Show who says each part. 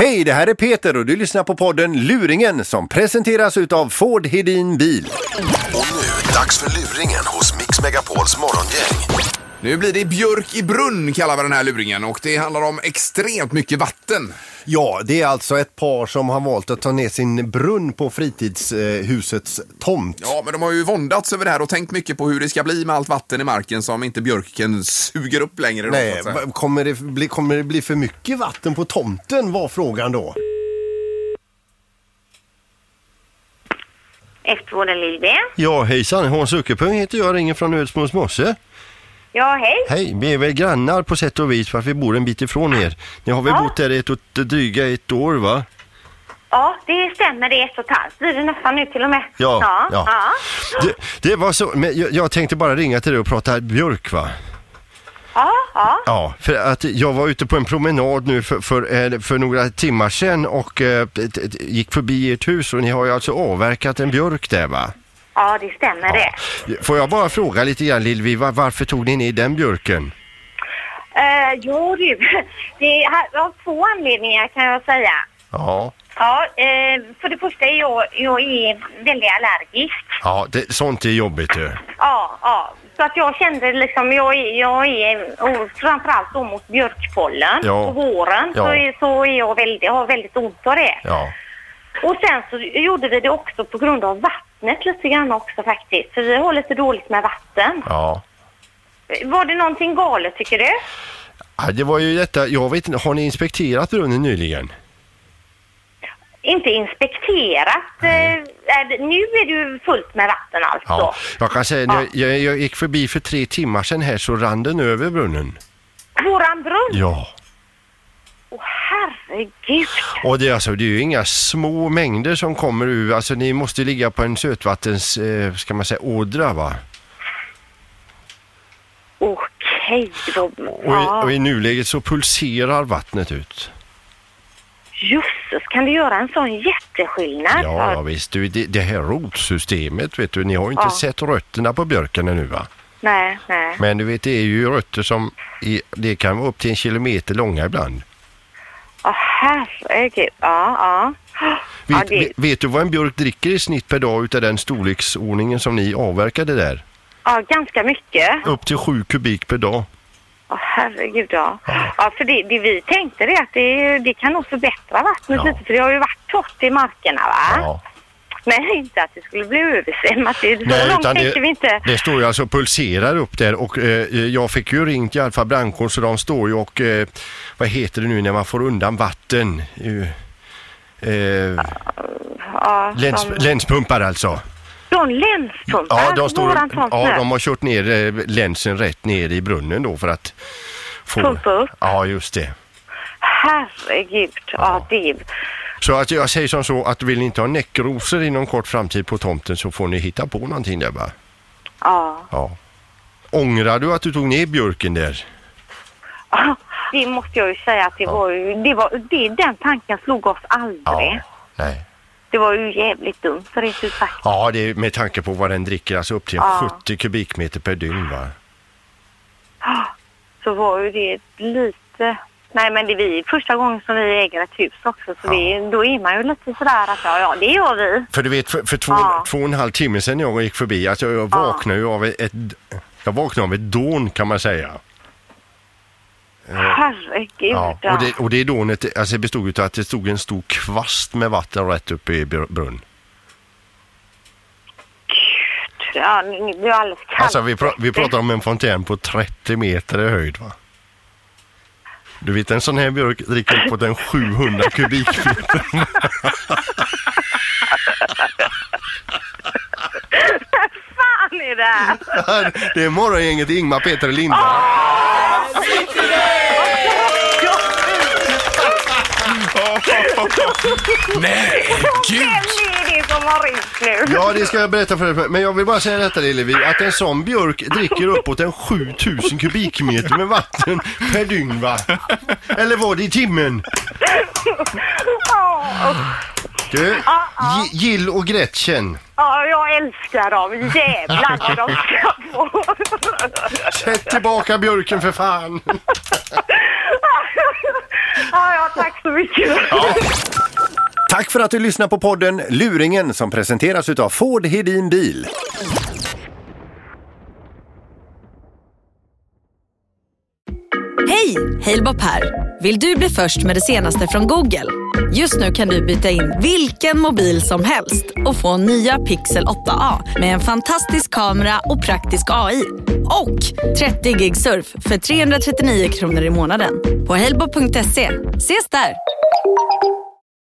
Speaker 1: Hej, det här är Peter och du lyssnar på podden Luringen som presenteras utav Ford Hedin Bil.
Speaker 2: Och nu, dags för luringen hos Mix Megapols morgongäng.
Speaker 3: Nu blir det Björk i brunn kallar vi den här luringen och det handlar om extremt mycket vatten.
Speaker 1: Ja, det är alltså ett par som har valt att ta ner sin brunn på fritidshusets tomt.
Speaker 3: Ja, men de har ju våndats över det här och tänkt mycket på hur det ska bli med allt vatten i marken som inte björken suger upp längre. då, så
Speaker 1: Nej,
Speaker 3: att säga.
Speaker 1: va- kommer det, bli, kommer det bli för mycket vatten på tomten var frågan då.
Speaker 4: Eftervården Lilby.
Speaker 5: Ja hejsan, Hans Uckepung heter jag, ringer från Ödsmåls mosse.
Speaker 4: Ja, hej.
Speaker 5: Hej, vi är väl grannar på sätt och vis för att vi bor en bit ifrån er. Ni har väl
Speaker 4: Ja.
Speaker 5: bott där ett och dryga ett år va?
Speaker 4: Ja, det stämmer. Det är ett och ett halvt. Blir det nästan nu till och med?
Speaker 5: Ja,
Speaker 4: Ja.
Speaker 5: ja.
Speaker 4: ja.
Speaker 5: Det, det var så, men jag, jag tänkte bara ringa till dig och prata björk va?
Speaker 4: ja, ja.
Speaker 5: Ja, för att jag var ute på en promenad nu för, för, eh, för några timmar sedan och eh, t- t- gick förbi ert hus och ni har ju alltså avverkat en björk där va?
Speaker 4: ja det stämmer det.
Speaker 5: Får jag bara fråga lite grann Lilvi, va- varför tog ni ner den björken?
Speaker 4: Uh, jo du, det är av två anledningar kan jag säga.
Speaker 5: Ja,
Speaker 4: Ja, eh, för det första är jag, jag är väldigt allergisk.
Speaker 5: ja det, sånt är jobbigt ju.
Speaker 4: Ja, ja. Så att jag kände liksom, jag är, jag är och framförallt då mot björkpollen
Speaker 5: Ja.
Speaker 4: på våren så,
Speaker 5: Ja.
Speaker 4: är, så är jag väldigt, har väldigt ont av det.
Speaker 5: Ja.
Speaker 4: Och sen så gjorde vi det också på grund av vattnet lite grann också faktiskt. För vi har lite dåligt med vatten.
Speaker 5: Ja.
Speaker 4: Var det någonting galet tycker du?
Speaker 5: Ja, det var ju detta, jag vet inte, har ni inspekterat brunnen nyligen?
Speaker 4: Inte inspekterat. Eh, är det- nu är det ju fullt med vatten alltså.
Speaker 5: Ja. Jag kan säga, när
Speaker 4: Ja.
Speaker 5: jag, jag, jag gick förbi för tre timmar sedan här så rann den över brunnen.
Speaker 4: Våran brunn?
Speaker 5: Ja.
Speaker 4: Åh herregud.
Speaker 5: Och det, är alltså, det är ju inga små mängder som kommer ur, alltså ni måste ligga på en sötvattens, eh, ska man säga, ådra va?
Speaker 4: Okej då.
Speaker 5: Och i,
Speaker 4: Ja.
Speaker 5: och i nuläget så pulserar vattnet ut.
Speaker 4: Jösses, kan du göra en sån jätteskillnad?
Speaker 5: Ja, ja visst, du, det, det här rotsystemet vet du, ni har ju inte
Speaker 4: Ja.
Speaker 5: sett rötterna på björken ännu va?
Speaker 4: Nej, nej.
Speaker 5: Men du vet, det är ju rötter som, är, det kan vara upp till en kilometer långa ibland.
Speaker 4: Åh herregud. Ja, ja. Ja,
Speaker 5: Vet,
Speaker 4: det-
Speaker 5: vet, vet du vad en björk dricker i snitt per dag utav den storleksordningen som ni avverkade där?
Speaker 4: Ja, ganska mycket.
Speaker 5: Upp till sju kubik per dag.
Speaker 4: Ja, herregud ja. ja för det, det vi tänkte det att det, det kan nog förbättra vattnet
Speaker 5: Ja.
Speaker 4: lite för det har ju varit torrt i markerna va? Men inte att det skulle bli översvämmat. Det- Så långt tänkte vi inte.
Speaker 5: det, det står ju alltså och pulserar upp där och eh, jag fick ju ringt i alla fall brandkåren så de står ju och eh, vad heter det nu när man får undan vatten? Eh, eh,
Speaker 4: Ja,
Speaker 5: läns,
Speaker 4: de,
Speaker 5: länspumpar alltså.
Speaker 4: de länspumpar
Speaker 5: Ja, de, står,
Speaker 4: våran tomt
Speaker 5: ja,
Speaker 4: nu.
Speaker 5: de har kört ner eh, länsen rätt ner i brunnen då för att få...
Speaker 4: Pumpa upp.
Speaker 5: Ja, just det.
Speaker 4: Herregud. Ja, det...
Speaker 5: Så att jag säger som så att vill ni inte ha näckrosor inom kort framtid på tomten så får ni hitta på någonting där va?
Speaker 4: Ja.
Speaker 5: Ja. Ångrar du att du tog ner björken där?
Speaker 4: Det måste jag ju säga att det var ju... Det var, det, den tanken slog oss aldrig.
Speaker 5: Nej.
Speaker 4: Det var ju jävligt dumt rent ut sagt.
Speaker 5: Ja, det är med tanke på vad den dricker, alltså upp till
Speaker 4: Ja.
Speaker 5: 70 kubikmeter per dygn va?
Speaker 4: så var ju det lite... Nej men det är vi, första gången som vi äger ett hus också så vi, då är man ju lite sådär att ja, ja det gör vi.
Speaker 5: För du vet, för, för två,
Speaker 4: Ja.
Speaker 5: två och en halv timme sedan jag gick förbi, alltså jag
Speaker 4: Ja.
Speaker 5: vaknade ju av ett, jag vaknade av ett dån kan man säga.
Speaker 4: Herregud.
Speaker 5: Ja. Och det, och det dånet, alltså det bestod utav att det stod en stor kvast med vatten rätt upp i br- brunn.
Speaker 4: ja, nu blir jag alldeles kall.
Speaker 5: Alltså vi, pra- vi pratar om en fontän på 30 meter i höjd va? Du vet en sån här björk dricker på den 700 kubikmeter.
Speaker 4: fan är det här?
Speaker 5: Det är morgongänget Ingmar, Peter och Linda.
Speaker 3: Nej,
Speaker 4: Vem är det som har ringt nu?
Speaker 5: Ja, det ska jag berätta för dig. Men jag vill bara säga detta Lillevi, att en sån björk dricker uppåt en 7000 kubikmeter med vatten per dygn va? Eller var det i timmen?
Speaker 4: Ja, och-
Speaker 5: Du, Gi- Jill och Gretchen,
Speaker 4: ja, jag älskar dem. Jävlar vad de ska få.
Speaker 5: sätt tillbaka björken för fan.
Speaker 4: Ja, ja, tack så mycket.
Speaker 5: Tack för att du lyssnar på podden Luringen som presenteras utav Ford Hedin Bil.
Speaker 6: Hej! Halebop här. Vill du bli först med det senaste från Google? Just nu kan du byta in vilken mobil som helst och få nya Pixel 8A med en fantastisk kamera och praktisk AI. Och 30 gig surf för 339 kronor i månaden på halebop.se. Ses där!